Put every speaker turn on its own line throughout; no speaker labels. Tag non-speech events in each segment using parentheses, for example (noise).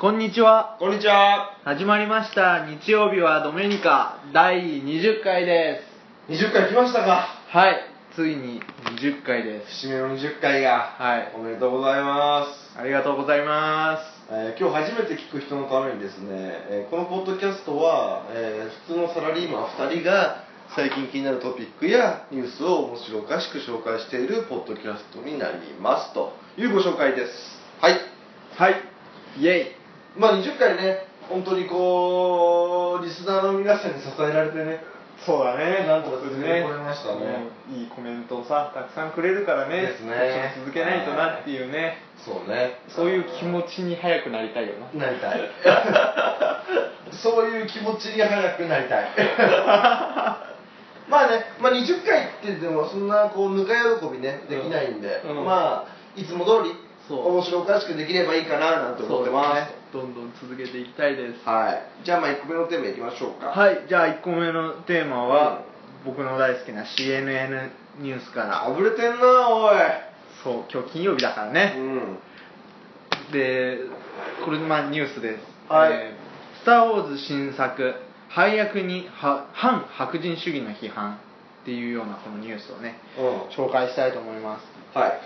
こんにちは。
こんにちは。
始まりました。日曜日はドメニカ第20回で
20回来ましたか。
す。はい。ついに20回です。
節目の20回が。
はい。
おめでとうございます。
ありがとうございま
えー今日初めて聞く人のためにですね、えーこのポッドキャストは、えー普通のサラリーマン2人が最近気になるトピックやニュースを面白おかしく紹介しているポッドキャストになりますというご紹介です。はい。
す。はい。イェイ。
まあ20回ね、本当にこう、リスナーの皆さんに支えられてね、
そうだね。なんとかするね。
これましたね
うんいいコメントをさ、たくさんくれるからね。
ですね
こっちも続けないとなっていうね。
そうね
そういう気持ちに早くなりたいよな。
なりた
(laughs)
いそういう気持ちに早くなり
(laughs)
たいまあね、まあ、20回ってでもそんなこうぬか喜びねできないんで、
うんうん
まあいつも通り
そう
面白おかしくできればいいかななんて思ってます
そうですねどんどん続けていきたいです。
はいじゃあまあ1個目のテーマいきましょうか
はい、じゃあ1個目のテーマは、僕の大好きな CNN ニュースから
あぶれてんなおい
そう今日金曜日だからね、
ん
でこれまあニュースです、
はい
えースター・ウォーズ」新作「配役には反白人主義の批判」っていうようなこのニュースをね
うんはい
紹介したいと思います
はい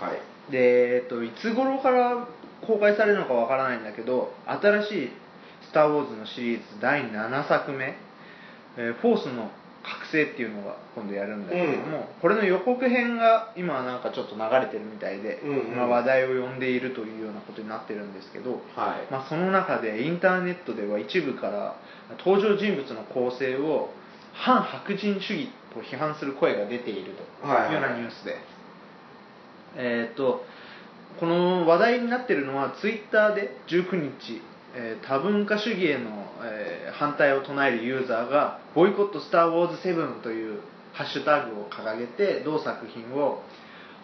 で、えっと、いつ頃から公開されるのかわからないんだけど新しい「スター・ウォーズ」のシリーズ第7作目「えーフォースの覚醒」っていうのが今度やるんだけども、
うん
これの予告編が今なんかちょっと流れてるみたいで、
うんうん
まあ話題を呼んでいるというようなことになってるんですけど、
はい
まあ、その中でインターネットでは一部から登場人物の構成を反白人主義と批判する声が出ていると
はいはい
いうようなニュースです、えー、とこの話題になっているのはツイッターで19日、えー多文化主義への、えー反対を唱えるユーザーが「ボイコット・スター・ウォーズ7」というハッシュタグを掲げて同作品を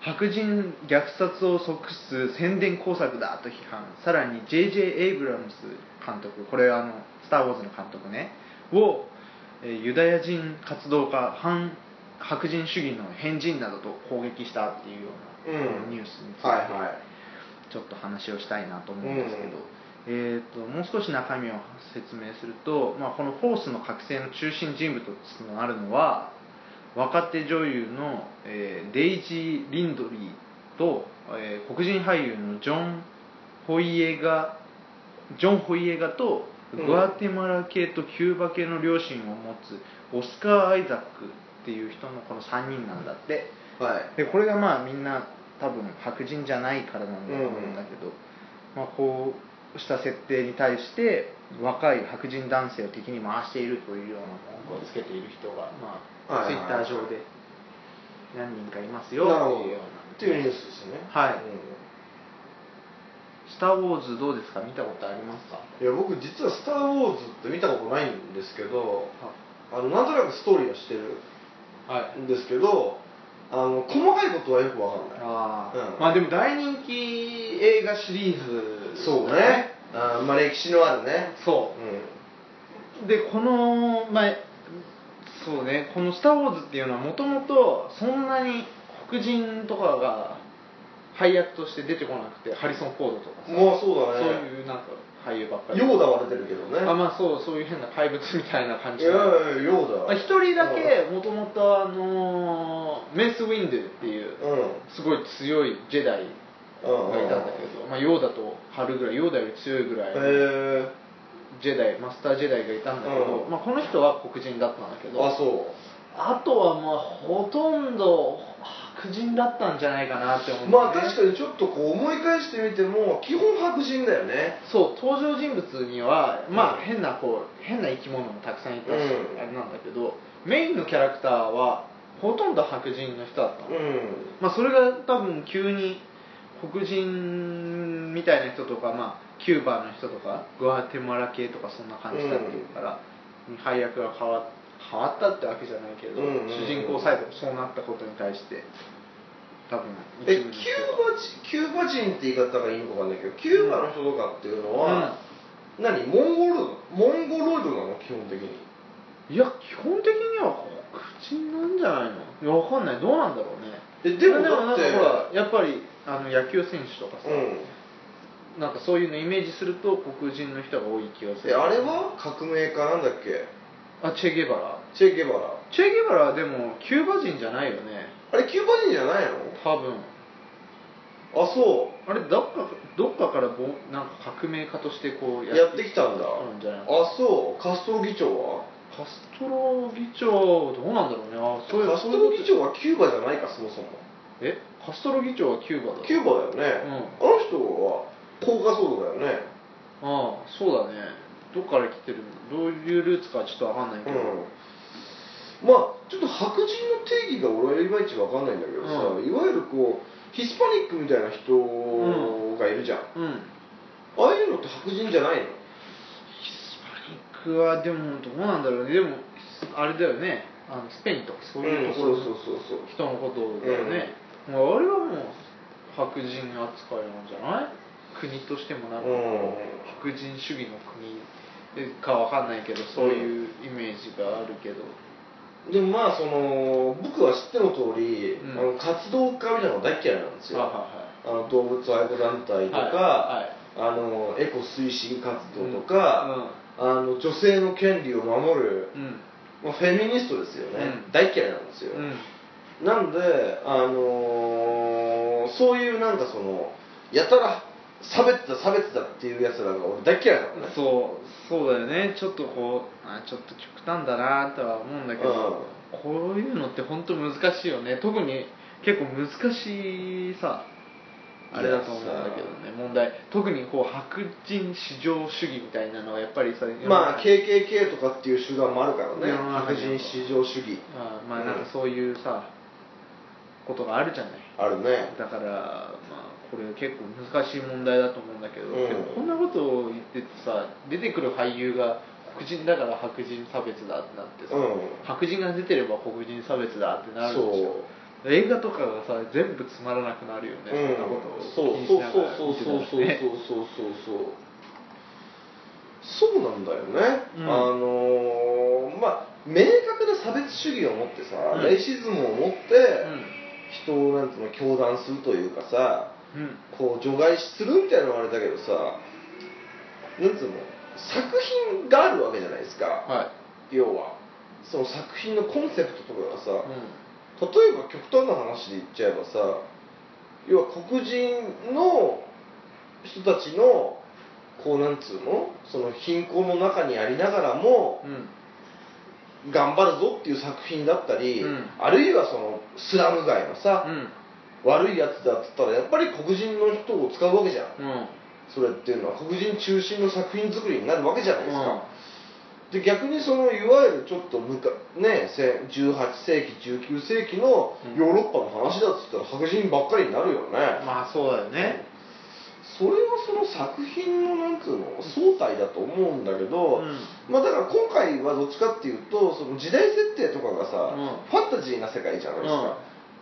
白人虐殺を即す宣伝工作だと批判さらに J.J. エイブラムス監督これはあの「スター・ウォーズ」の監督ねを、えーユダヤ人活動家反白人主義の変人などと攻撃したっていうような、
うん
ニュースについて、
はいはい
ちょっと話をしたいなと思うんですけど、えー、ともう少し中身を説明すると、まあ、この「フォースの覚醒」の中心人物となるのは若手女優の、えーデイジー・リンドリーと、えー黒人俳優のジョン・ホイエガジョン・ホイエガと
うん
グアテマラ系とキューバ系の両親を持つオスカー・アイザックっていう人のこの3人なんだって。
はい
でこれがまあみんな多分白人じゃないからなんだと思うんだけど、まあ、こうした設定に対して若い白人男性を敵に回しているというような文句をつけている人が、まあ、
は
ツ
い
イ
はい
ッ
は
タ
い
ー上で何人かいますよ
なるほ
っ
ど
ていうよ
っ
う
ていうニュー
な
スですね
はい
うん
「スター・ウォーズ」どうですか見たことありますか
いや僕実は「スター・ウォーズ」って見たことないんですけどあのなんとなくストーリーはしてる
はい
んですけどあの細かいことはよく分かんない
あー、
うん
まあでも大人気映画シリーズ
そうねあーまあ歴史のあるね
そう
う
でこの前そうねこの「スター・ウォーズ」っていうのはもともとそんなに黒人とかが配役として出てこなくてハリソン・フォードとかさ
んまあそうだ
そう
ね
いうなんか俳優ばっかり
ヨーダは出てるけどね
あまあそうそういう変な怪物みたいな感
い
じ
やい
の
や
ま
ヨーダ
あ一人だけもともとあのーメス・ウィンデルっていう
うんうん
すごい強いジェダイ
うん
がいたんだけど、まあ、ヨーダと春ぐらいヨーダより強いぐらいの
へえ
ジェダイマスタージェダイがいたんだけど、
うん
まあ、この人は黒人だったんだけど
あそう
あとはまあほとんど白人だったんじゃないかなって思って、
まあ確かにちょっとこう思い返してみても基本白人だよね
そう登場人物にはまあ
うん
変なこう変な生き物もたくさんいたし、
うん
あれなんだけどメインのキャラクターはほとんど白人の人だったの、
うん
まあ、それが多分急に黒人みたいな人とか、まあ、キューバの人とかグアテマラ系とかそんな感じだっていうから、配役が変わ変わったってわけじゃないけど、
うんうんうん
主人公サイドがそうなったことに対して多分
え
一
キュ
部
ー
の
バ
人
人キューバ人って言い方がいいのかわかんないけどキューバの人とかっていうの
うん
は、何モンゴルモンゴロイドなの基本的に
いや基本的には黒人なんじゃないのいやわかんないどうなんだろうね
えでも
いやでも
だ
な
っ
んか
て
ほらやっぱりあの野球選手とかさ、
うん
なんかそういうのイメージすると黒人の人が多い気がす
え
る
あれは革命家なんだっけ
あチェ・ゲバラ
チェ・ゲバラ
チェ・ゲバラはでもキューバ人じゃないよね
あれキューバ人じゃないの
多分
あそ
あれどっかどっかからぼなんか革命家としてこう
うやってきたんだ
うんじゃない
あそうカストロ議長は
カストロ議長どうなんだろうねあそういう
カストロ議長はキューバじゃないかそもそも
えカストロ議長はキューバだ
キューバだよね、あの人は高架騒動だよね
ああそうだねどっから来てるのどういうルーツかちょっとわかんないけど、
うんまあちょっと白人の定義が俺はいまいちわかんないんだけどさ、
うん
いわゆるこうヒスパニックみたいな人がいるじゃん、
うん
ああいうのって白人じゃないの
ヒスパニックはでもどうなんだろうねでもあれだよねあのスペインとかそういうところ
んそう
の
そうそうそう
人のことだよね、まあ、あれはもう白人扱いなんじゃない国としてもなんか、
うん
白人主義の国かわかんないけどそういうイメージがあるけど、
でもまあその僕は知っての通り、
うん
あの活動家みたいなのが大嫌いなんですよ
はいは
あの動物愛護団体とか、
はいはい
あのエコ推進活動と
いはい
か、あの女性の権利を守る、
うんうん
まあ、フェミニストですよね、
うん
大嫌いなんですよ、
うん
なんで、あのーそういうなんかそのやたら差別だ差別だっていうやつらが俺大嫌いなのね
そうそうだよねちょっとこうあちょっと極端だなとは思うんだけど、こういうのって本当難しいよね特に結構難しいさあれだと思うんだけどね問題特にこう白人至上主義みたいなのはやっぱりさ
まあ
世の中に
KKK とかっていう手段もあるからね
世の中
白
には
人至上主義
あまあなんかそういうさ、ことがあるじゃない
あるね
だから、まあ、これ結構難しい問題だと思うんだけど、
うん
でもこんなことを言っててさ出てくる俳優が黒人だから白人差別だってなってさ、
うん
白人が出てれば黒人差別だってなるでし
そ
ょ映画とかがさ全部つまらなくなるよね、そ
うん
んなことを気にしながら
そう
見
そ
て
う
た
そ
ら
うそうそうそう
ね
そうそうそうなんだよね、
うん
あのーまあ明確な差別主義を持ってさ、
うん
レイシズムを持って、人をなんつうの教団するというかさ
うん、うん
こう除外するみたいなのはあれだけどさなんつうの作品があるわけじゃないですか、
は
要はその作品のコンセプトとかが
い、
さ、例えば極端な話で言っちゃえばさ要は黒人の人たちのこうなんつうのその貧困の中にありながらも
うんうん
頑張るぞっていう作品だったり、
うん
あるいはそのスラム街のさ、悪いやつだっつったらやっぱり黒人の人を使うわけじゃん
うんうん
それっていうのは黒人中心の作品作りになるわけじゃないで
う
す
ん
か、で逆にそのいわゆるちょっとむか、ね、せ18世紀19世紀の
うん
ヨーロッパの話だっつったら白人ばっかりになるよね、
まあそうだよね、
それはその作品のなんつうの総体だと思うんだけ
う
ど、
ん
まあ、だから今回はどっちかっていうとその時代設定とかが
う
さ、
ん
ファンタジーな世界じゃないですか、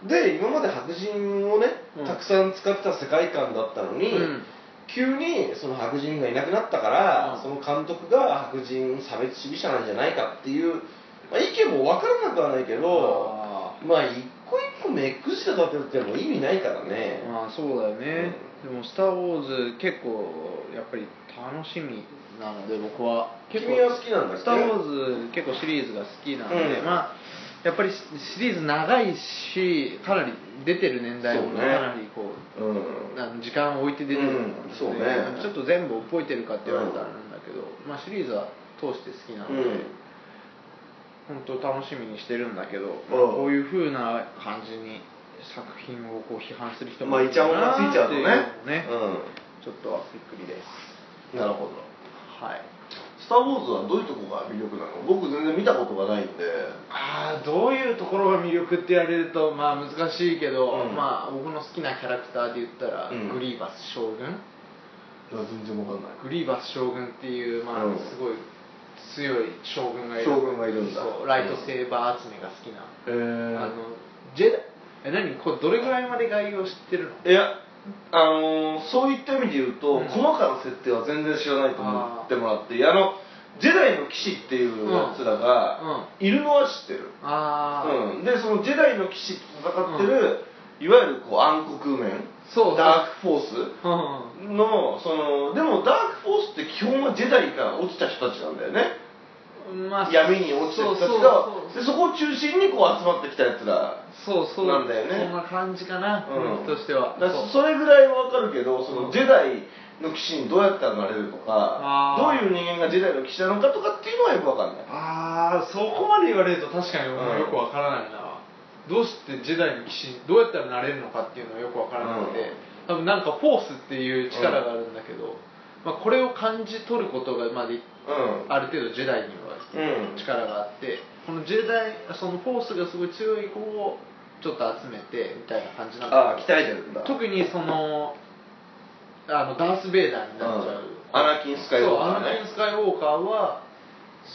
で今まで白人をね
うん
たくさん使ってた世界観だったのに、
うん
急にその白人がいなくなったから、
うん
その監督が白人差別主義者なんじゃないかっていう、まあ、意見も分からなくはないけど
あー
まあ一個一個目くじで立てても意味ないからね、
まあそうだよね、でも「スター・ウォーズ」結構やっぱり楽しみなので僕は結構
君は好きなんだっけ
スター・ウォーズ」結構シリーズが好きなので、
うん
まあやっぱりシシリーズ長いしかなり出てる年代も
そう
か
ね
なりこう
うん
あの時間を置いて出てるので、
うんそうね
ちょっと全部覚えてるかって言われたらなんだけど、まあ、シリーズは通して好きなので、
うん
本当楽しみにしてるんだけど、まあこういうふうな感じに作品をこう批判する人も
まあ
い
イチャモンがついちゃうとね
っていうのもねちょっとはびっくりです
うん、なるほど
はい
「スター・ウォーズ」はどういうとこが魅力なの僕全然見たことがないんで
ああどういうところが魅力って言われるとまあ難しいけど、
うん
まあ僕の好きなキャラクターで言ったら、
うん
グリーバス将軍
全然わかんない
グリーバス将軍っていう、まあ
うん
すごい強い将軍がいる
将軍がいるんだ
そうライトセーバー集めが好きな、
えー、
あのジェダイえ何これどれぐらいまで概要知ってるの
いやあのーそういった意味で言うと、
うん
細かな設定は全然知らないと思ってもらってあのジェダイの騎士っていうやつらが、いるのは知ってる、
ああ、
うんでそのジェダイの騎士と戦ってる、いわゆるこう暗黒面
そう
ダークフォース
うん
のそのでもダークフォースって基本はジェダイから落ちた人たちなんだよね
まあ、
闇に落ちてる人たちがそでそこを中心にこう集まってきたやつら
そうそうそうそう
なんだよ
そ
ね
んな感じかな、
うん
僕としては
だか
そ
ら
う
それぐらいはわかるけどそ
ん
うのジェダイの騎士にどうやったらなれるとかど
あー
ういう人間がジェダイの騎士なのかとかっていうのはよくわかんない
ああそこまで言われると確かに俺もよくわからないな、どうしてジェダイの騎士にどうやったらなれるのかっていうのはよくわからなくて、多分なんかフォースっていう力があるんだけど、まあ、これを感じ取ることがまあで
うん
ある程度ジェダイには
うん
力があってこのジェダイそのフォースがすごい強い子をちょっと集めてみたいな感じなん
ああ
だ
鍛
け
えてるんだ
ど特にそのあのダース・ベイダーになっちゃう、
うんアナキンスカイウォー
そうア
カーね
ナキン・スカイウォーカーは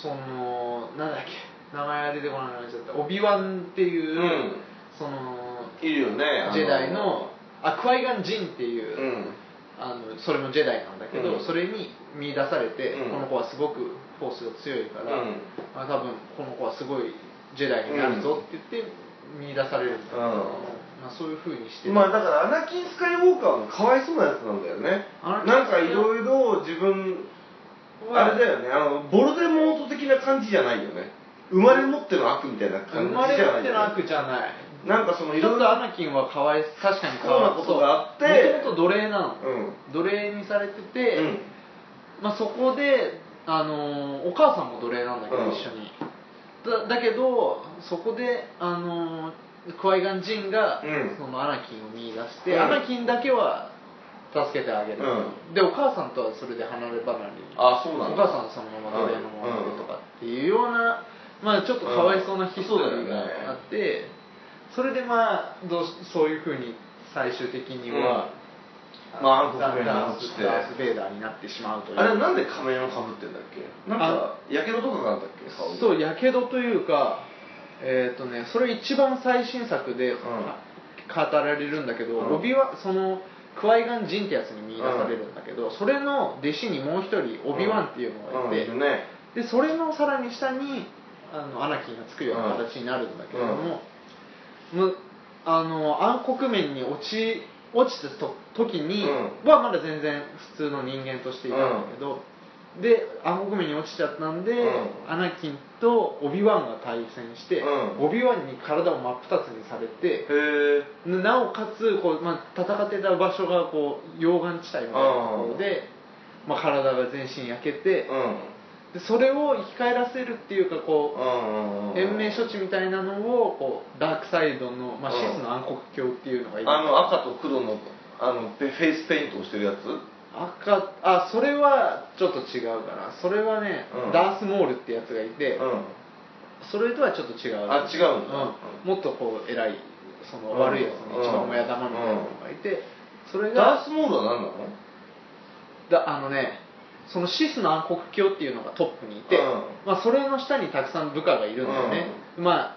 そのなんだっけ名前が出てこないのになっちゃったオビワンっていう、
うん
その
いるよねあ
ジェダイのアクアイガン・ジンっていう、
うん
あのそれもジェダイなんだけど、
うん
それに見出されて、
うん
この子はすごくフォースが強いから、
うん
まあ、多分この子はすごいジェダイになるぞって言って見出されるんだけど、
うん
まあ、そういうふうにして
まあだからアナキン・スカイウォーカーもかわいそうなやつなんだよね
アナキン
なんかいろいろ自分
は
あれだよねあのボルデモート的な感じじゃないよね生まれ持っての悪みたいな感
生
じじゃ
ま
ない
れ
よね
持っての悪じゃない
なんかそのい
ちょ
ろ
っ
い
と
ろ
アナキンはかわい確かにかわい
そうなことがあって
もともと奴隷なの、
うん
奴隷にされてて、
うん
まあ、そこで、あのーお母さんも奴隷なんだけど、
うん
一緒にだだけどそこで、あのークワイガン・ジンが、
うん
そのアナキンを見出して、
うん
アナキンだけは助けてあげる、
う
でお母さんとはそれで離れ離れに
あそう
お
なん
母さんはそのまま奴隷のままでとかっていうような、まあ、ちょっとかわいそうなヒストリーがあって、それでまあどうしそういうふうに最終的には、
うんまあ暗黒
ダ
面に
ダー
落ち
ス
て
ダース・ベイダーになってしまうという
あれなんで仮面をかぶってんだっけなんかやけどとかがあったっけ顔に
そうやけどというかえっ、とねそれ一番最新作で、語られるんだけど、
うん
ロビはそのクワイガン・ジンってやつに見出されるんだけど、それの弟子にもう一人オビワンっていうのがいて、
うんうんいるね
でそれのさらに下にあのアナキンがつくような形になるんだけれども、むあの暗黒面に落ち落ちたと時に
う
はまだ全然普通の人間としていたんだけど、で暗黒面に落ちちゃったんで、
うん
アナキンとオビワンが対戦して、
うん
オビワンに体を真っ二つにされて、
へえ
なおかつこう、まあ、戦ってた場所がこう溶岩地帯みたいなところで、まあ、体が全身焼けて、
うん
でそれを生き返らせるっていうかこ
うんうん
う延命処置みたいなのをこうダークサイドの、まあ、
うん
シスの暗黒鏡っていうのがいる
あの赤と黒のあのペフェイスペイントをしてるやつ
赤あそれはちょっと違うかなそれはね、
うん
ダースモールってやつがいて、
うん
それとはちょっと違う
あ違うんだ
うんもっとこう偉いその
うん
悪いやつの一番親玉みたいなのがいて、それが
ダースモールは何なの
だあのねそのシスの暗黒鏡っていうのがトップにいて、
うん
まあ、それの下にたくさん部下がいるんだよね、まあ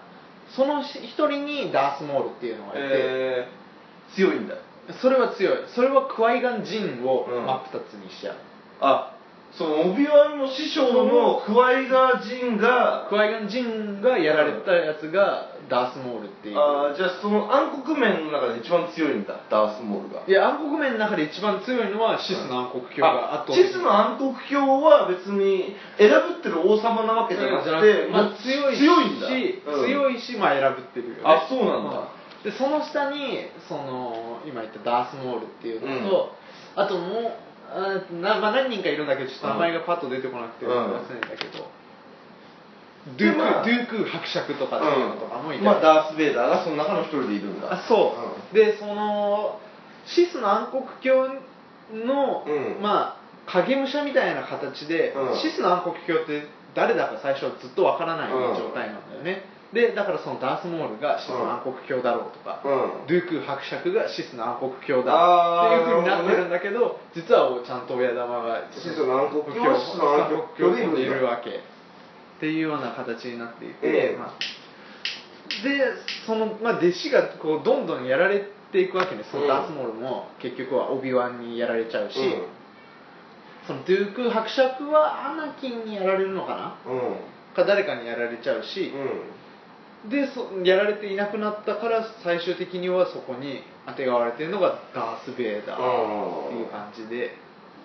その一人にダースモールっていうのがいて、
えー、強いんだ
それは強いそれはクワイガン・ジンを真っ二つにしちゃう、
あそのオビワンの師匠のクワイガージンが
クワイガン・ジンがやられたやつがダースモールっていう、
あーじゃあその暗黒面の中で一番強いんだダースモールが
いや暗黒面の中で一番強いのはシスの暗黒鏡が
あ
圧倒
チ
的
スの暗黒鏡は別に選ぶってる王様なわけじゃなくて、
まあ、
もう
強いし
強いんだ
強
い、
いし、まあ、選ぶってるよね
あそうなんだ
うんでその下にその今言ったダースモールっていうのと、あともうあな、まあ、何人かいるんだけどちょっと名前がパッと出てこなくて
うん
忘れたけど、ドゥーク、
でまあ
ドゥーク伯爵とかっていうのとかもいたり
うんまあ、ダース・ベイダーがその中の一人でいるんだ
あそう、でそのシスの暗黒鏡の、
うん
まあ影武者みたいな形で、
うん
シスの暗黒鏡って誰だか最初はずっとわからない
うん
状態なんだよね、でだからそのダースモールがシスの暗黒鏡だろうとか、
うん
ドゥーク伯爵がシスの暗黒鏡だ
あ
っていうふ
ー
うになってるんだけど実はちゃんと親玉が
シスの暗黒鏡はシスの暗黒
暗黒鏡
鏡で
でい
いる
るわけっていうような形になっていて、
ええ
まあでその、まあ、弟子がこうどんどんやられていくわけねその
うん
ダースモールも結局はオビワンにやられちゃうし、
うん
そのドゥーク伯爵はアナキンにやられるのかな
うん
か誰かにやられちゃうし、
うん
でそやられていなくなったから最終的にはそこにあてがわれてるのがダース・ベイダーっていう感じで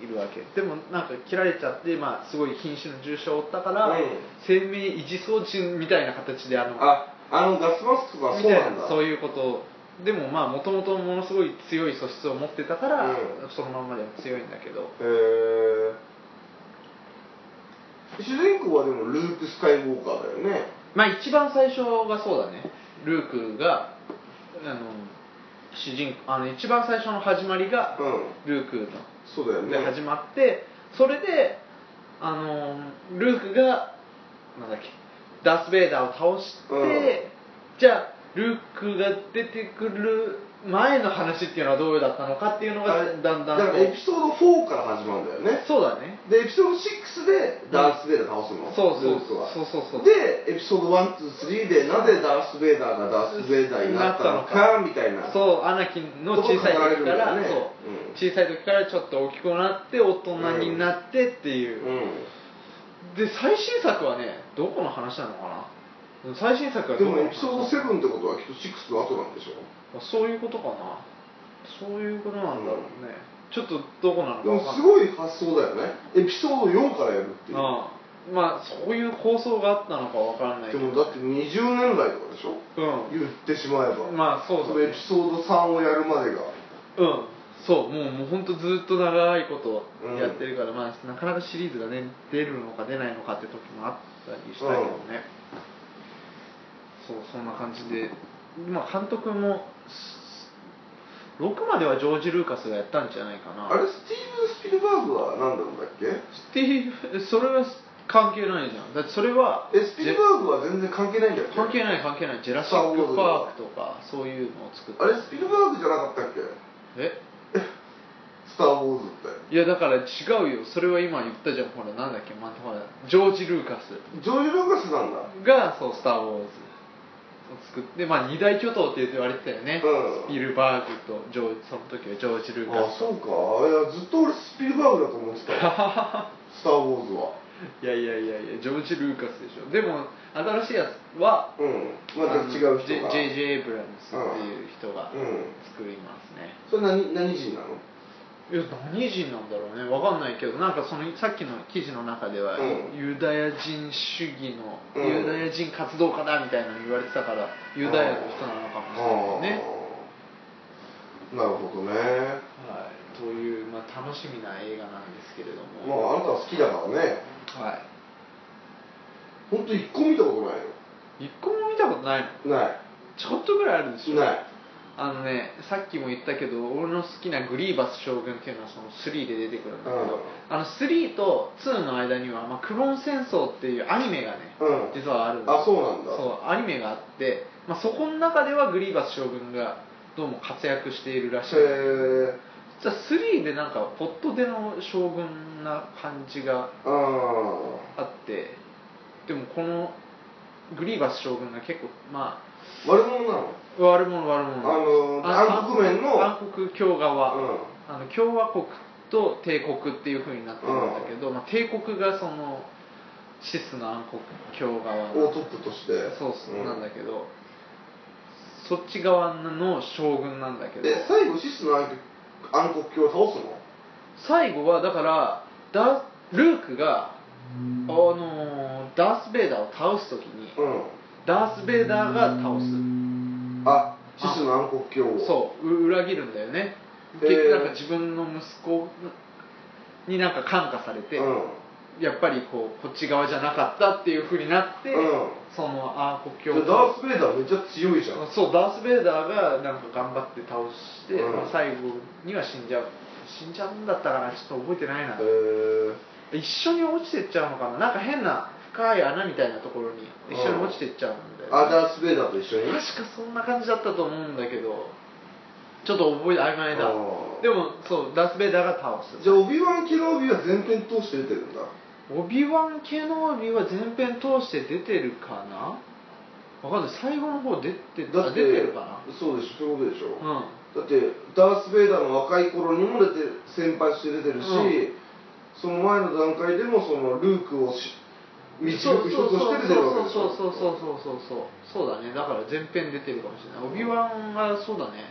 いるわけでもなんか切られちゃって、まあ、すごい瀕死の重傷を負ったから、
うん
生命維持装置みたいな形であの
ああのガスマスクが
み
そう
たい
なんだ
なそういうことでもまあもともとものすごい強い素質を持ってたから、
うん
そのまんまでも強いんだけど
へー主人公はでもルーク・スカイウォーカーだよね
まあ一番最初がそうだねルークがあの主人あの一番最初の始まりが
うん
ルークの
そうだよね
で始まってそれであのールークがなんだっけダース・ベイダーを倒して、
うん
じゃあルークが出てくる前の話っていうのはどうだったのかっていうのが
あ
だ
れ
んだん
だから
と
エピソード4から始まるんだよね
そうだね
でエピソード6でダース・ベイダー倒すの、
そうそう
ルークは
そうそうそう
でエピソード123でなぜダース・ベイダーがダース・ベイダーになったのかみたいなう
そうアナキンの小さい時から、そう小さい時からちょっと大きくなって大人になってっていうう、
ん、
で最新作はねどこの話なのかな最新作
う
は
ん、
どこの話
でもエピソード7ってことはきっと6の後なんでしょ
まあそういうことかなそういうことなんだろうね、ちょっとどこなの
で
か分
も
かん
す
ない
ごい発想だよねエピソード4からやるっていう
ああまあそういう構想があったのか分からない
で
けど
もだって20年代とかでしょ言ってしまえば、
うんまあそうだ
その
ね
エピソード3をやるまでが
うんそうもうもう本当ずっと長いことやってるから、まあなかなかシリーズがね出るのか出ないのかって時もあったりしたけどね、そうそんな感じでまあ監督も6まではジョージ・ルーカスがやったんじゃないかな
あれスティーブン・スピルバーグは何なんだっけ
スティーブそれは関係ないじゃんだってそれは
えスピルバーグは全然関係ないんだっけ
関係ない関係ないジェラシック・パークとかそういうのを作った
あれスピルバーグじゃなかったっけ
え
スター・ウォーズって
いやだから違うよそれは今言ったじゃんほらなんだっけまたほらジョージ・ルーカス
ジョージ・ルーカスなんだ
がそう「スター・ウォーズ」を作ってまあ二大巨頭って言われてたよね、
う
ス
ん
ピルバーグとジョージその時はジョージ・ルー
あ
カス
そうかいやずっと俺スピルバーグだと思ってた
(laughs)
スター・ウォーズはい
やいやいやいやジョージ・ルーカスでしょでも新しいやつは
うんまた違う人が
J.J. エイブラムスっていう人が
うん
作りますね、
それ何何人なの
いや何人なんだろうねわかんないけどなんかそのさっきの記事の中では、
うん
ユダヤ人主義の、
うん
ユダヤ人活動家だみたいなの言われてたからユダヤの人なのかもしれないね、
あーなるほどね
はい、という、まあ、楽しみな映画なんですけれど
ま
も、
ああなたは好きだからね
は
本当一個見たことない
い、一個も見たことないの
よない
ちょっとぐらいあるでしょ
ない
あのねさっきも言ったけど俺の好きなグリーバス将軍っていうのはその3で出てくるんだけど、
うん
あの3と2の間には、まあ、クローン戦争っていうアニメがね、
うん
実はあるんです
あそうなんだ
そうアニメがあって、まあ、そこの中ではグリーバス将軍がどうも活躍しているらしい
へえ
じゃあ3でなんかポットでの将軍な感じが
あ
あってでもこのグリーバス将軍が結構ま
あ悪者なの
あ悪者悪
あ
者
の
あ
暗黒面の
暗黒共側、
うん
あの共和国と帝国っていうふうになってるんだけど、まあ、帝国がそのシスの暗黒共側の
をトップとして
そうそう、
ん
なんだけどそっち側の将軍なんだけど
え最後シスの暗黒暗黒鏡を倒すの
最後はだからダールークが、あのーダース・ベイダーを倒す時に
う
ダース・ベイダーが倒す
んあシスの暗黒鏡を
そうう裏切るんだよね、
へー
結局なんか自分の息子になんか感化されて、
うん
やっぱりこうこっち側じゃなかったっていうふうになって、
うん
そのあー
じゃ
国境
あダース・ベイダーめっちゃ強いじゃん
そうダース・ベイダーがなんか頑張って倒して、
うん
まあ最後には死んじゃう死んじゃうんだったかなちょっと覚えてないな、
へ
一緒に落ちてっちゃうのかななんか変な深い穴みたいなところに一緒に落ちてっちゃうんだ
え
よ、
あダース・ベイダーと一緒に
確かそんな感じだったと思うんだけどちょっと覚えて曖昧だ
あー
でもそうダース・ベイダーが倒す
じゃあオビワン・ケノービは全編通して出てるんだ
オビワン・ケノービは全編通して出てるかなわかんない最後の方出て
だ
あ
って
出てるか
そうでしょそういうことでしょ、
なうん
だってダース・ベイダーの若い頃にも出て先輩して出てる
う
し、
ん
その前の段階でもそのルークをし導く人として出てるわけです
そう
よ
そうそうそうそうそうそうそうだねだから全編出てるかもしれないオビワンがそうだね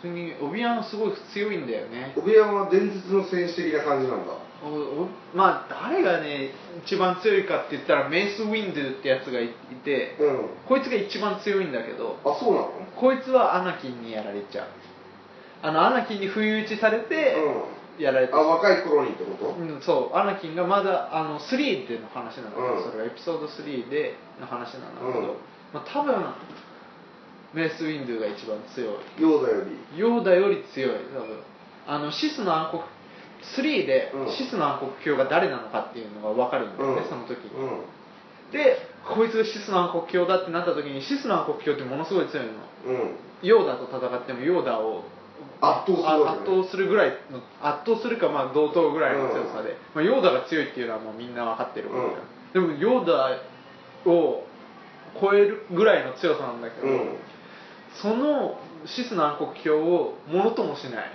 それにオビワンすごい強いんだよね
オビアンは伝説の戦士的な感じなんだ
おおまあ誰がね一番強いかって言ったらメイス・ウィンドゥってやつがいいて
うん
こいつが一番強いんだけど
あそうなの
こいつはアナキンにやられちゃうあのアナキンに不意打ちされてやられ
う
て
んあ若い頃にってこと
うん、そうアナキンがまだあの3での話なんだけど、
う
そ
ん
れがエピソード3での話なんだけど、
うん
まあ、多分メイス・ウィンドゥが一番強い
ヨーダより
ヨーダより強い多分あのシスの暗黒3で、
うん
シスの暗黒教が誰なのかっていうのが分かるんだよね、その時
うん
でこいつがシスの暗黒教だってなった時にシスの暗黒教ってものすごい強いの
うん
ヨーダと戦ってもヨーダを
圧倒するわけね
あ圧倒するぐらいの圧倒するかまあ同等ぐらいの強さで、
うん
まあ、ヨーダが強いっていうのはもうみんな分かってるわけだ、でもヨーダを超えるぐらいの強さなんだけど、
うん
そのシスの暗黒鏡をものともしない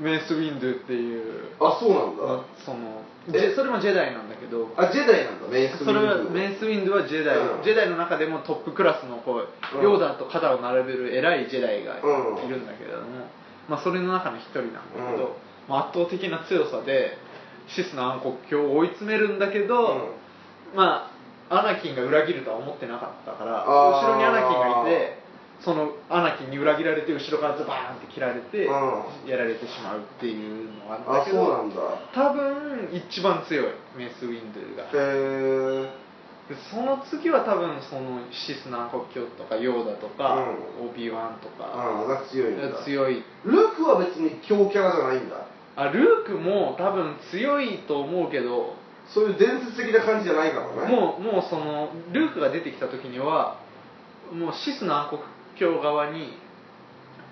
メイス・ウィンドゥっていう
あそうなんだ、
その
え
ジェそれもジェダイなんだけど
あジェダイなんだメイスウィン
それは
ドゥ
メイス・ウィンドゥはジェダイ、
うん
ジェダイの中でもトップクラスのこう、
うん
ヨーダと肩を並べる偉いジェダイが
うん
いるんだけれども、まあ、それの中の一人なんだけど、
うん
まあ、圧倒的な強さでシスの暗黒鏡を追い詰めるんだけど、まあアナキンが裏切るとは思ってなかったから
あ
後
ー
ろにアナキンがいてそのアナキンに裏切られて後ろからズバーンって切られて、
う
やられてしまうっていうのがあ
あ
ったけ
そうな
ど
んだ
多分一番強いメス・ウィンドゥが。
へ
でその次は多分そのシスナー国境とかヨーダとか、オビワンと
え
か、
あが強いんだ
強い
ルークは別に強キャラじゃないんだ
あルークも多分強いと思うけど
そういう伝説的な感じじゃないからね
もうもうそのルークが出てきた時にはもうシスナー国境側に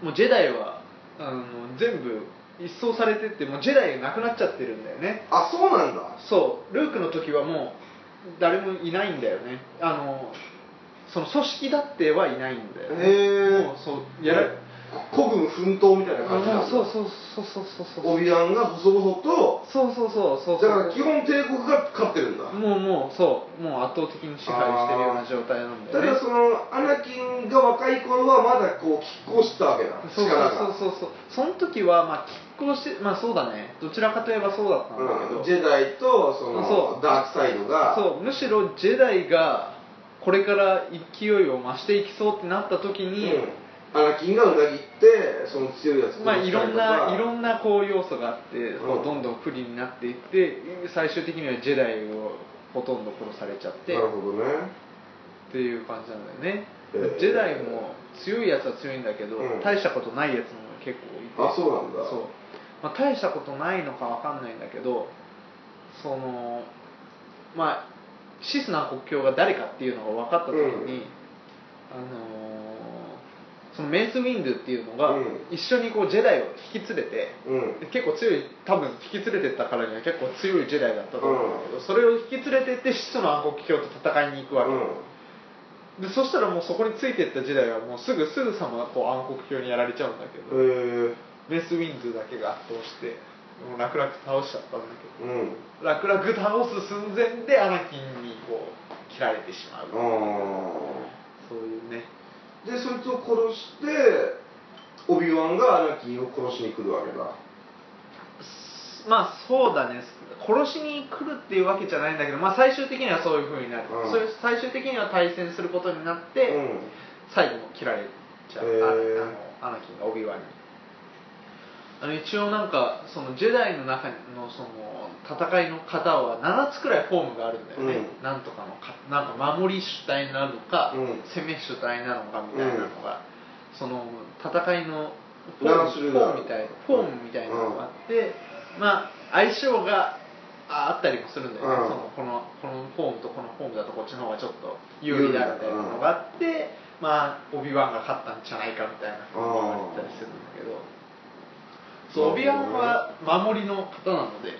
もうジェダイはあの全部一掃されてってもうジェダイがなくなっちゃってるんだよね
あそうなんだ
そうルークの時はもう誰もいないんだよねあのその組織だってはいないんだよね
へえ
もうそうやら
孤軍奮闘みたいな
あ
感じな
もう
んだ
そうそうそうそうそうそう
オビアンが細々と
そうそうそうそう
だから基本帝国が勝ってるんだ
もうもうそうもう圧倒的に支配してるような状態なんだ
た
よね
だそのアナキンが若い頃はまだこう拮抗してたわけだ
そう
力が
そうそうそうそうその時はまあ拮抗してまあそうだねどちらかといえばそうだったんだけど、
うんジェダイとそ
そ
の
う
ダークサイドが
そうむしろジェダイがこれから勢いを増していきそうってなった時に、
うんアナキンが裏切ってその強いやつ
まあ、いろんないろ
なん
なこう要素があって、こ
うん
うどんどん不利になっていって最終的にはジェダイをほとんど殺されちゃって
なるほどね
っていう感じなんだよね、
えー
ジェダイも強いやつは強いんだけど、
うん
大したことないやつも結構いて
あそうなんだ
そうまあ、大したことないのかわかんないんだけどそのまあシスナー国境が誰かっていうのが分かった時に、
うん
あのーそのメイス・ウィンドゥっていうのが
うん
一緒にこうジェダイを引き連れて、
うん
で結構強い多分引き連れてったからには結構強いジェダイだったと思うんだけど、それを引き連れてって質の暗黒鏡と戦いに行くわけ、でそしたらもうそこについてったジェダイはもうすぐすぐさまこう暗黒鏡にやられちゃうんだけど、
うん
メ
へえ
ス・ウィンズだけが圧倒してもう楽々倒しちゃったんだけ
うん
ど楽々倒す寸前でアナキンにこう切られてしまう、
あ
そういうね
ーでそいつを殺してオビワンがアナキンを殺しに来るわけだ
まあそうだね殺しに来るっていうわけじゃないんだけど、まあ、最終的にはそういうふうになる、
うん
そういう最終的には対戦することになっ
う
て、
ん
最後も切られちゃう、
へー
ああのアナキンがオビワンにあの一応なんかそのジェダイの中のその戦いの型は7つくらいフォームがあるんだよね、
うん
なんとかのかなんか守り主体なのか、
うん
攻め主体なのかみたいなのが、その戦いのフォーム
7種類がある
フォームみたいフォームみたいなのがあって、まあ相性がああったりもするんだよね、
うん
そのこのこのフォームとこのフォームだとこっちの方がちょっと有利だみたいなのがあって、まあオビワンが勝ったんじゃないかみたいなこと言われたりするんだけど、そうオビワンは守りの方なので、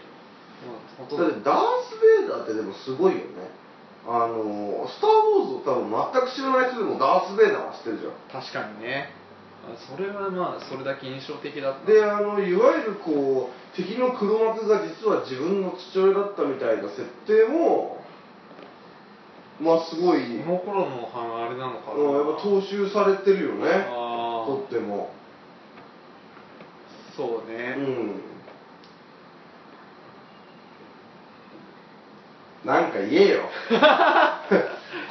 もうほ
だっ
とんど
てダース・ベイダーってでもすごいよねあのスター・ウォーズを多分全く知らない人でもダース・ベイダーは知ってるじゃん
確かにねあそれはまあそれだけ印象的だった
であのいわゆるこう敵の黒幕が実は自分の父親だったみたいな設定もまあすごい、うん、やっ
の頃のあれなのかな
ぱ踏襲されてるよね
あ
とっても
ーそう
う
ね、
んなんか言え
(laughs)
よ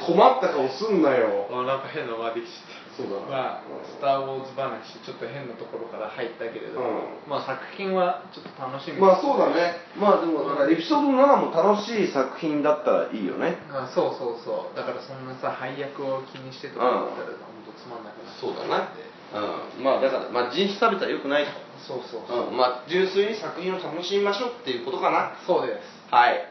困った顔すんなよ
あなんか変な話できち
そう
ゃ
だ
っ
な
た、まあ
うん、
スター・ウォーズ話ちょっと変なところから入ったけれども、
う
まあ作品はちょっと楽しみ
まあそうだねまあでもだからエピソード7も楽しい作品だったらいいよね
あそうそうそうだからそんなさ配役を気にしてとかだったら
う
本当つまんなくなっちゃ
そうだなうんまあだから、まあ、人種差別はよくないと、
そうそうそう、
うん、まあ純粋に作品を楽しみましょうっていうことかな
そうです
はい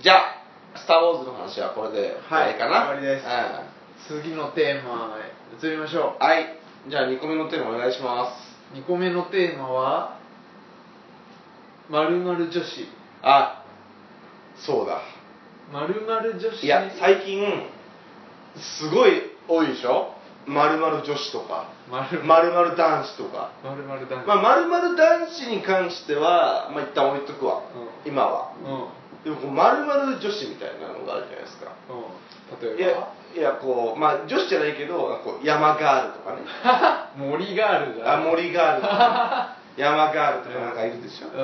じゃあ「スター・ウォーズ」の話はこれで終わりかな
はい終わりです
うん
次のテーマへ移りましょ
はいじゃあ2個目のテーマお願いします
う2個目のテーマは「まる女子」
あそうだ
「まる女子」
いや最近すごい多いでしょまるまる女子とか
まる
まるまる男子とか
まるまるだ
まあ、まるまる男子に関しては、まあ、一旦置いとくわ、
う
今は
うんうん
でもこうまるまる女子みたいなのがあるじゃないですかい
例えば
やいやこうまあ女子じゃないけどこう山ガールと
(laughs)
かね
森ガールだ
あ森ガールとか、ね、山ガールとかなんかいるでしょ、
う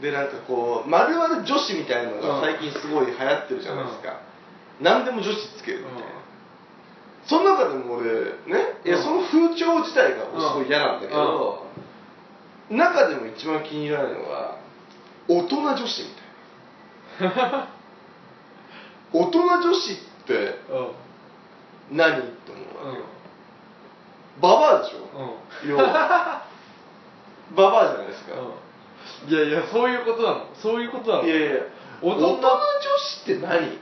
ん
でなんかこうまるまる女子みたいなのが最近すごい流行ってるじゃないですか、何でも女子つけるみたいな、その中でも俺ねいや
うん
その風潮自体が俺すごい嫌なんだけど、中でも一番気に入らないのは大人女子みたいな大人女子って
うん
何って思う
う
わ
ん
けよ、ババアでしょ、
うん
要は (laughs) ババアじゃないですか、
うんいやいやそういうことなのそういうことなの (laughs)
いやいや
大
大
人
人女子って何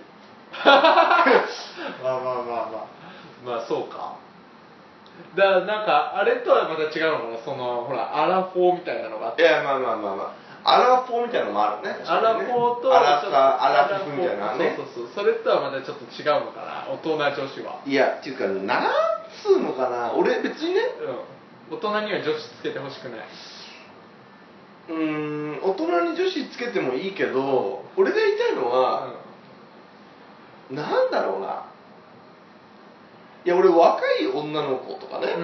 まあまあまあまあまあそうかだからなんかあれとはまた違うのかなそのほらアラフォーみたいなのがあっ
い
て
やまあまあまあまあアラフォーみたいなのもあるね
アラフォーと
アラ
ち
フ
ょっ
ァ
と
アラフィフみたいなね
そうそうそうそれとはまたちょっと違うのかな大人女子はい
やっていうかなんつうのかな俺別にね
うん大人には女子つけてほしくないう
ーん大人に女子つけてもいいけど俺が言いたいの
うん
は、なんだろうないや俺若い女の子とかね、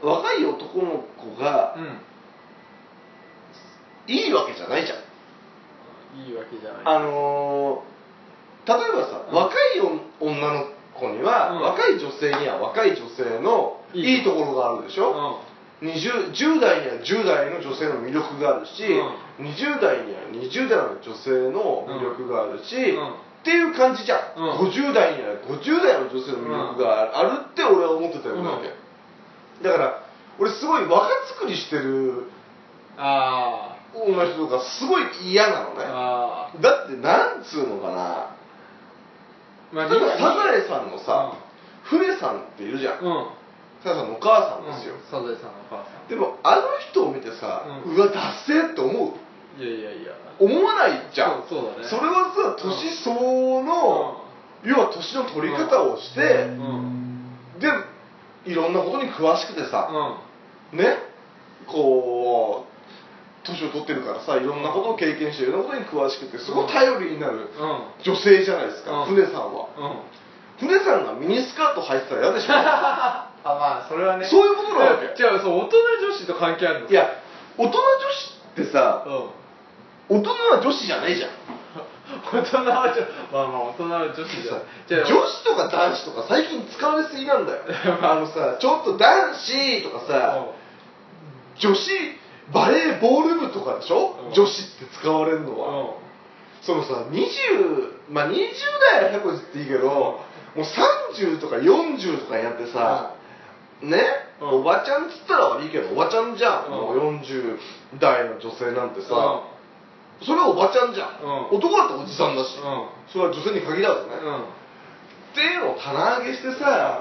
若い男の子が
うん、うん
いいわけじゃないじゃん、
いいわけじゃない
あのー例えばさ、
うん
若いお女の子には、
うん
若い女性には若い女性の
いい
いいところがあるでし
う
ょ、
ん
20 10代には10代の女性の魅力があるし、
う
20代には20代の女性の魅力があるし、
うん
っていう感じじゃん、
うん
50代には50代の女性の魅力がある,、って俺は思ってたよ、だってだから俺すごい若作りしてる
あ
女の人とかすごい嫌なの
ー
ね
あ
だってなんつうのか
ー
な
まあ
例えばサザエさんのさ、
うん
船さんっているじゃん、
うん
サザエさんのお母さんですよ、
サザエさんのお母さん
でもあの人を見てさ、
う
うんわダッセーって思う
いやいやいや
思わないじゃん
そうそうだね
れはさ
うん
年相応の、要は年の取り方をして、
うんうん
でいろんなことに詳しくてさ、
うん
ねこう年を取ってるからさいろんなことを経験していろんなことに詳しくてすごい頼りになる
うん
女性じゃないですか、
うん
船さんは
うん
船さんがミニスカート履いてたら嫌でしょ
あまあそれはね
そういうことなわけ
じゃあそう大人女子と関係あるの
いや大人女子ってさ
うん
大人は女子じゃないじゃん
大人はちょまあまあ大人は女子じゃ
さ
ん
女子とか男子とか最近使われすぎなんだよあのさちょっと男子とかさ女子バレーボール部とかでしょ、
うん
女子って使われるの
う
は、
ん
そのさ20まあ20代は100個ずつっていいけど、もう30とか40とかになってさ、ね、
うん
おばちゃんっつったら悪いけどおばちゃんじゃん、
うん
もう40代の女性なんて
うん
さ、それはおばちゃんじゃ
う
ん、
ん
男だっておじさんだし、それは女性に限らずね、
うんうん
っていうのを棚上げして
(laughs)
さ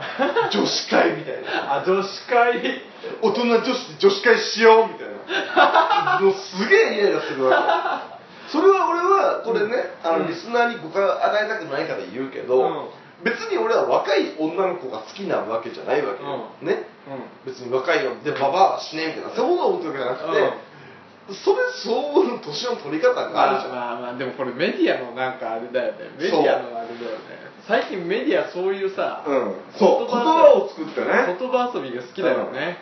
女子会みたいな
あ女子会
大人女子で女子会しようみたいなもうすげえイライラするわけそれは俺はこれね、あ
うん
のリスナーに誤解を与えたくないから言うけど、
うん
別に俺は若い女の子が好きなわけじゃないわけよ、ね
うん
別に若いよでババアはしねえみたいなそういうことを思ってるわけじゃなくて、それ相応の年の取り方があるじゃん、
まあまあでもこれメディアのなんかあれだよねメディアのあれだよね最近メディアそういうさ、
うん、そう言葉を作ってね
言葉遊びが好きだよね、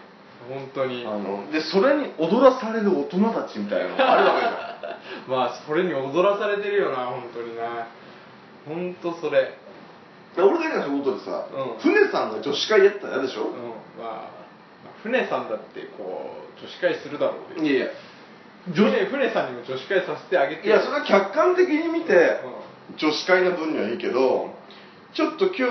本当に
あのでそれに踊らされる大人たちみたいなのがあるわけじゃん
まあそれに踊らされてるよな本当にな本当それ
で (laughs) 俺だけの仕事でさ、
うん
船さんが女子会やったら嫌でし
うん
ょ、
まあまあ船さんだってこう女子会するだろう
いやいや
女子船さんにも女子会させてあげて
いやそれは客観的に見て、
う
女子会の分にはいいけどちょっと今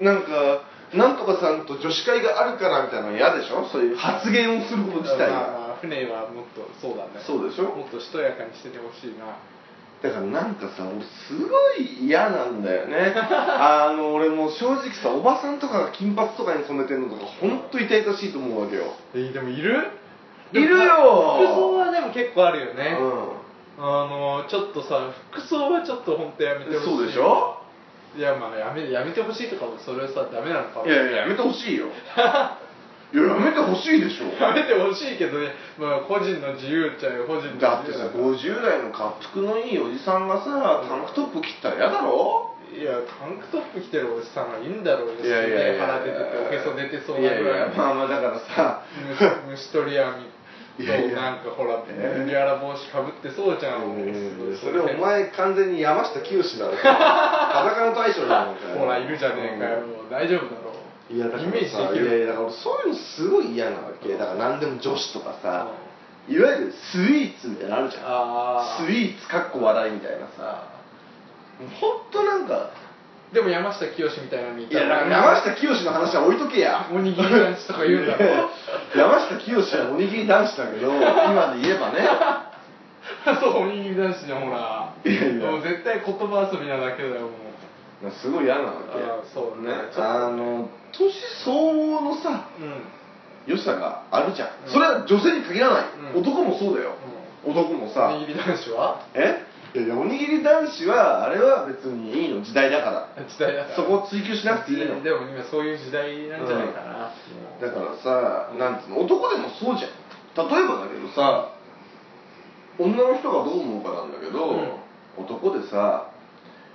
日なんかなんとかさんと女子会があるからみたいなの嫌でしょそういう発言をすること
ん
自体
まあ
が
まあ船はもっとそうだね
そうでしょ
もっとしとやかにしててほしいな
だからなんかさ俺すごい嫌なんだよ
(laughs)
ねあの俺もう正直さおばさんとかが金髪とかに染めてるのとか本当痛々しいと思うわけよ、
えーでもいる
いるよ
でも服装はでも結構あるよね、
う
あのちょっとさ服装はちょっと本当やめてほし
ん
い
そうでしょ
いやまあやめやめてほしいとかもそれはさダメなのかも
いやいややめて
(laughs)
ほしいよいややめてほしいでしょ
やめてほしいけどね、まあ、個人の自由っちゃ個人の自由
だってさ50代の恰幅のいいおじさんがさタンクトップ切ったら嫌だろ
いやタンクトップ着てるおじさんはいいんだろうよ
いやいやいや
すげえ腹出てておへそ出てそう
い
な
やい
ぐらい
やまあまあだからさ
虫虫取り網
いやい
と
や
なんかほら
ええ
麦わら帽子かぶってそうじゃん
うんそれお前完全に山下清
(laughs)
だろ裸の大将だもん
ほらいるじゃねえかよ、もう大丈夫だろう
いやだから
イメージ
さ
でき
いやい
る
やだから俺そういうのすごい嫌なわけだから何でも女子とかさいわゆるスイーツみたいなのあるじゃん
ああ
スイーツかっこ笑いみたいなさもうほんとなんか
でも山下清みたいなのにい
い
た
やだから山下清の話は置いとけや
おにぎり男子とか言うんだ
いやい
ろ
や (laughs) 山下清はおにぎり男子だけど今で言えばね
(laughs) (laughs) そうおにぎり男子じゃんほら
いやいや
もう絶対言葉遊びなだけだよもう
すごい嫌なわけ
あーそうね
あの年相応のさ
うん、うん、
良さがあるじゃん、
うん
それは女性に限らない、
うん
男もそうだよ、男も
お
さ
にぎり男子は
えいやいやおにぎり男子はあれは別にいいの時代だから
時代だから
そこを追求しなくていいの
でも今そういう時代なんじゃないかな、
だからさなんつうの男でもそうじゃん例えばだけどさ女の人がどう思うかなんだけど、男でさ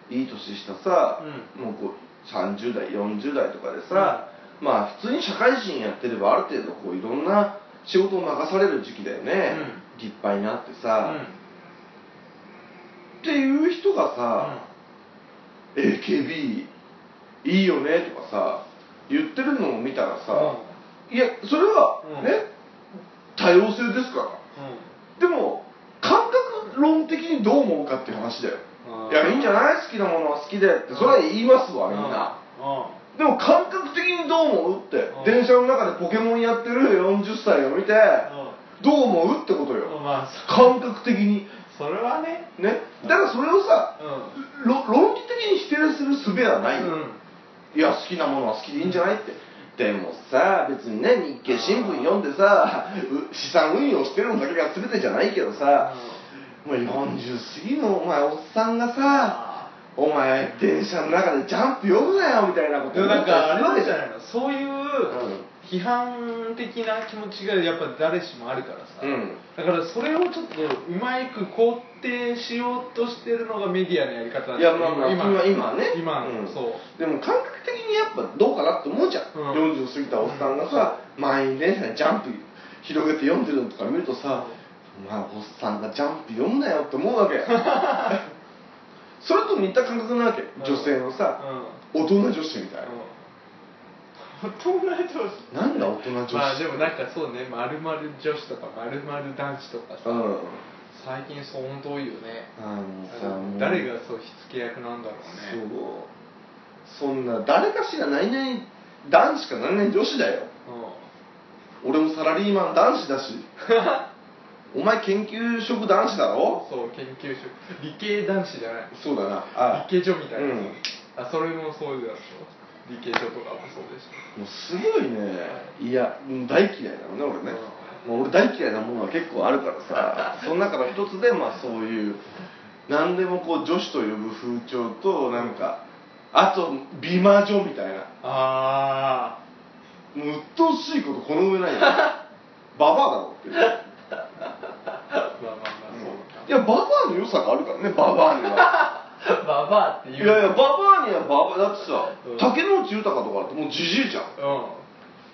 いい年したさ、もうこう30代40代とかでさ、まあ普通に社会人やってればある程度こういろんな仕事を任される時期だよね、立派になってさ、っていう人がさ、AKB いいよねとかさ言ってるのを見たらさ、いやそれは
うん
ね、多様性ですからでも感覚論的にどう思うかっていう話だよいやいいんじゃない好きなものは好きでってそれは言いますわみんなでも感覚的にどう思うって
うん
電車の中でポケモンやってる40歳を見てどう思うってことよ
まあ
感覚的に
それはね
ねだからそれをさ
う
ろ論理的に否定する術はないよ、
ん
いや好きなものは好きでいいんじゃないってでもさ別にね日経新聞読んでさう資産運用してるのだけが全てじゃないけどさもう40過ぎのお前おっさんがさお前電車の中でジャンプ読むなよみたいなこと
でもなんかあれなんじゃ
ん
ないのそういう批判的な気持ちがやっぱ誰しもあるからさ、
うん
だからそれをちょっとうまく肯定しようとしてるのがメディアのやり方なん
い
だよ
やまあまあ今今ね
今、
うん
そう
でも感覚的にやっぱどうかなって思うじゃん、
うん
40過ぎたおっさんがさ満員電車でジャンプ広げて読んでるのとか見るとさ、お前おっさんがジャンプ読むなよって思
(laughs)
うわけそれと似た感覚なわけ
ん
女性のさ、
うん
大人女子みたい
大人女子
な、なんだ大人女子
まあでもなんかそうねまるまる女子とかまるまる男子とかさ、
うん
最近そう本当多いよね
あのさもう
誰がそう火付け役なんだろうね
そうそんな誰かしら何々男子か何々女子だよ俺もサラリーマン男子だしお前研究職男子だろ
そう,、ん、そう研究職理系男子じゃない
そうだなあ
理系女みたいな、
うん
あそれもそうだよ理系女とかもそうでし
もうすごいねいやうん大嫌いなのね俺ね、もう俺大嫌いなものは結構あるからさその中の一つでまあそういう何でもこう女子と呼ぶ風潮となんかあと美魔女みたい
ょ
な
ああ
もう鬱陶しいことこの上ないよババアだろっていう
ま
いやババアの良さがあるからねババアには
ババアってい
いや
う
いやババアにはババアだってさ、
うん
竹野内豊とかだってもうジジイじゃん
うん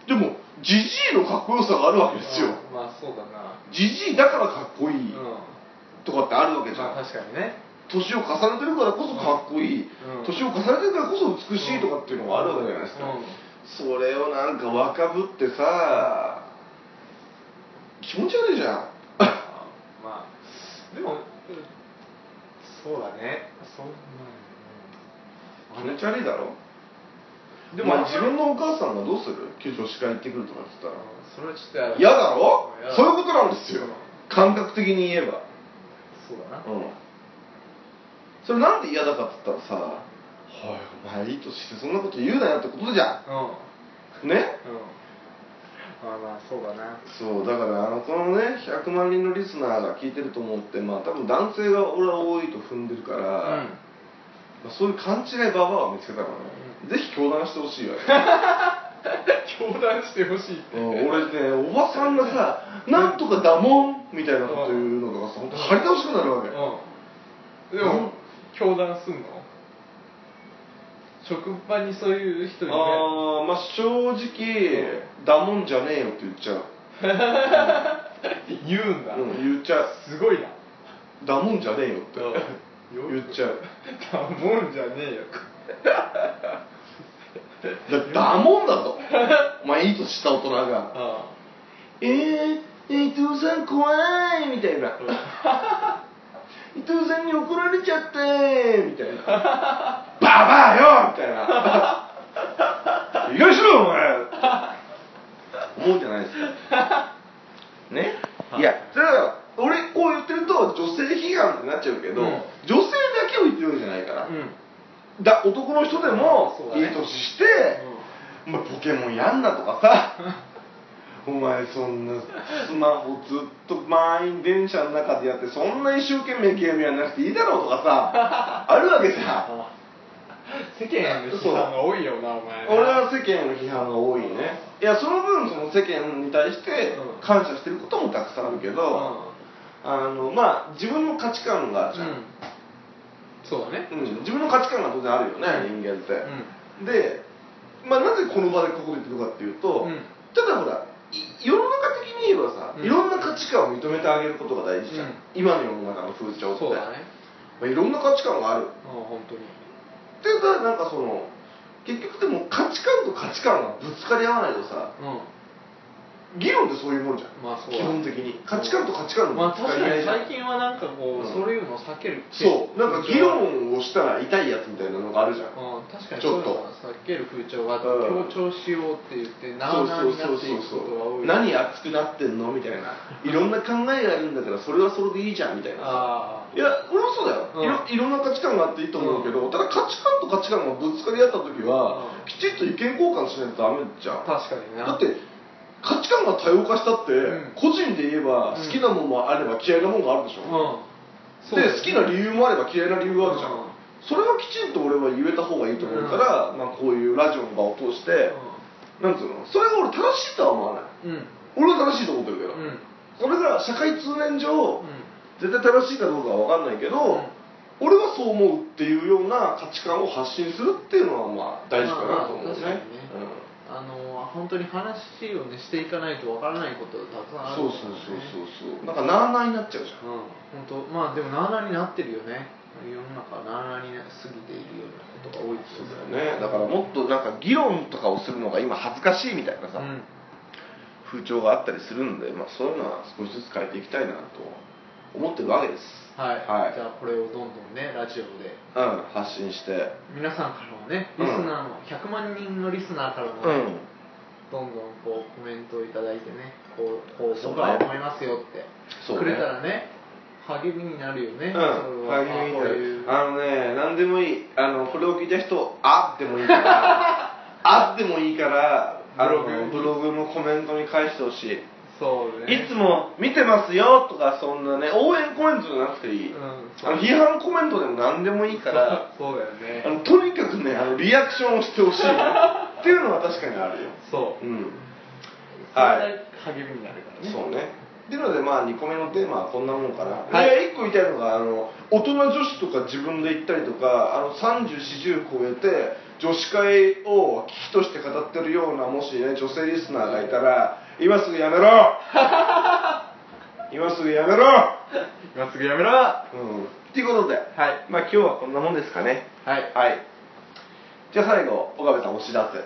でもジジイのかっこよさがあるわけですよ
うんまあそうだな
ジジイだからかっこい
うん
いとかってあるわけじゃん、
まあ確かにね
年を重ねてるからこそかっこいい、
うん
年を重ねてるからこそ美しいとかっていうのがあるわけじゃないですか、
うん
それをなんか若ぶってさ気持ち悪いじゃん
あまあでもうんそうだねそうまあ
気
うん
持ち悪いだろ
で
でも
も
自分のお母さんがどうする今日女子会行ってくるとかって言っ
うん
た
それはちょっ
ら
と
嫌だろ
嫌だ
そういうことなんですよ感覚的に言えば
そうだな
うんそれなんで嫌だかって言ったらさ「おいお前いい年してそんなこと言うなよ」ってことじゃ
うんうん
んね
まあまあそうだな
そうだからあのこのね100万人のリスナーが聞いてると思ってまあ多分男性が俺は多いと踏んでるから、
うん
まあ、そういう勘違いババアを見つけたからね、ぜひ共談してほしいわよ (laughs)
教団してほしいって
うん俺ねおばさんがさ「なんとかだもん」みたいなこと言うのがさ本当張り倒しくなるわけ、
うんでも教団すんの職場にそういう人いる
ああまあ正直「だもんじゃねえよ」って言っちゃう、
言うんだ
うん、言っちゃう
すごいな
「だもんじゃねえよ」って (laughs) 言っちゃう
だもんじゃねえよ
だだもんだとお前いい年した大人が
あ
「えー、えー伊藤さん怖い」みたいな「伊藤さんに怒られちゃった」みたいな「ババアよ!」みたいな「よいしろお前!」思うじゃないですかねいやただ俺こう言ってると女性批判ってなっちゃうけど、
うん
女性だけを言ってるわけじゃないか
う
ら、
ん
だ男の人でも
そうだ
いい
ね
年して、お前ポケモンやんなとかさ
(laughs)
お前そんなスマホずっと満員電車の中でやってそんな一生懸命ゲームやんなくていいだろうとかさ
(laughs)
あるわけじゃん
世間への批判が多いよなお前な
俺は世間への批判が多いねいやその分その世間に対して
うん
感謝してることもたくさんあるけど、あのまあ自分の価値観があるじ
う
ゃ
んう
ん、
んそうだね
うん自分の価値観が当然あるよね、人間って、で、まあ、なぜこの場でここで言ってるかっていうと、
うん
ただほらい世の中的に言えばさ、
うん
いろんな価値観を認めてあげることが大事じゃん、
うん
今の世の中の風潮って
そうだね
まあ、いろんな価値観があ
うん
る
本当に
でただなんかその結局でも価値観と価値観がぶつかり合わないとさ
う
議論ってそういうもんじゃ
ん
ん、
まあそうだ
基本的に価値観と価値観
まあ
のぶつか
確
り
か
合
に
いじ
最近
ゃん、
はなんかこうん
う
そういうのを避けるって
そうなんか議論をしたら痛いやつみたいなのがあるじゃん、
うん確かに
ちょっと
そういうのは避ける風潮があって
うん
強調しようって言ってな
そ
あなあ
うそう
になっ
そう
てい
そ
うく
そ
ことが多
う
い
何熱くなってんのみたいないろんな考えがあるんだからそれはそれでいいじゃんみたいな
あ
さいや俺もそうだよ、いろいろんな価値観があっていいと思うけど、ただ価値観と価値観がぶつかり合った時は、
うん
きちっと意見交換しないとダメじゃ
あ
ん
確かにな
だって価値観が多様化したって、
うん
個人で言えば
うん
好きなものもあれば嫌いなものがあるで
うん
しょ、
そうだ
で
よね
好きな理由もあれば嫌いな理由があるじゃん、
うん
それはきちんと俺は言えた方がいいと思うから、まあ、こういうラジオの場を通して、なんつうのそれが俺正しいとは思わない
うんうん
俺は正しいと思ってるけど、
うん
それが社会通念
う
上、
ん
絶対正しいかどうかは分かんないけど、
うん
俺はそう思うっていうような価値観を発信するっていうのはまあ大事かなと思うね,、
まあまあ確かにねあの本当に話をねしていかないとわからないことたくさんある
うん、そうそうそうそうそうなんかなあなあになっちゃうじゃん、
うん本当まあでもなあなあになってるよね世の中なあなあに過ぎているようなことが多いです
そ
よ
うだよねだからもっとなんか議論とかをするのが今恥ずかしいみたいなさ、
うん
風潮があったりするんで、まあ、そういうのは少しずつ変えていきたいなと思ってるわけです
はい、
はい
じゃあこれをどんどんねラジオで
うん発信して
皆さんからもね
う
リ
ん
スナーの、100万人のリスナーからも、
う
ね
ん
どんどんこうコメントをいただいてねこうこう
そうね
僕は思いますよって
そうね
くれたらね励みになるよね、
うん、
それは
励みに
あこ
な
うい
る
う
あのね何でもいいあのこれを聞いた人あってもいいから
(laughs)
あってもいいからあの
ブログ
ブログのコメントに返してほしい、
そうね
いつも見てますよとかそんなね応援コメントじゃなくていい、
うん
あの批判コメントでも何でもいいから
そうだよ
あ
ね
のとにかくねあのリアクションをしてほし
(laughs)
いっていうのは確かにあるよ
そう
うん
それ
は
が
い
励みになるからね
そうねっていうので、まあ、2個目のテーマはこんなもんかな、
はい
いや1個言いたいのがあの大人女子とか自分で行ったりとかあの3040超えて女子会を危機として語ってるようなもしね女性リスナーがいたら今すぐやめ (laughs) ろ今すぐやめろ、
今すぐやめろは
うん、っていうことで、
はい
まあ、今日はこんなもんですかね
い、
はいじゃあ最後岡部さんお知らせ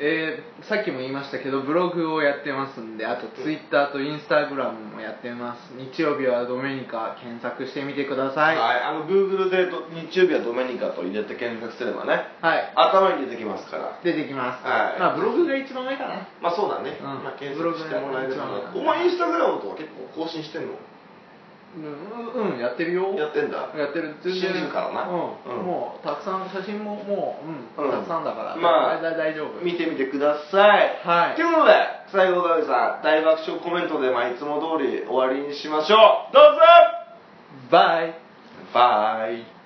えーさっきも言いましたけどブログをやってますんであとツイッターとインスタグラムもやってます日曜日はドメニカ検索してみてください
はい、あの Google でど日曜日はドメニカと入れて検索すればね
はい
頭に出てきますから
出てきます、
はい
まあブログが一番上かな
まあそうだね、
うん
まあ、検索してもらえればな
ブログの一番
お前インスタグラムとか結構更新してんの
うん、うん、やってるよ
やってんだ
やってる
信じるからな
うん
うん
もうたくさん写真ももう、うん
うん
たくさんだから、
まあ
大体大丈夫
見てみてください
はい
ということで最後岡部さん大爆笑コメントで、まあ、いつも通り終わりにしましょうどうぞ
バイ
バイ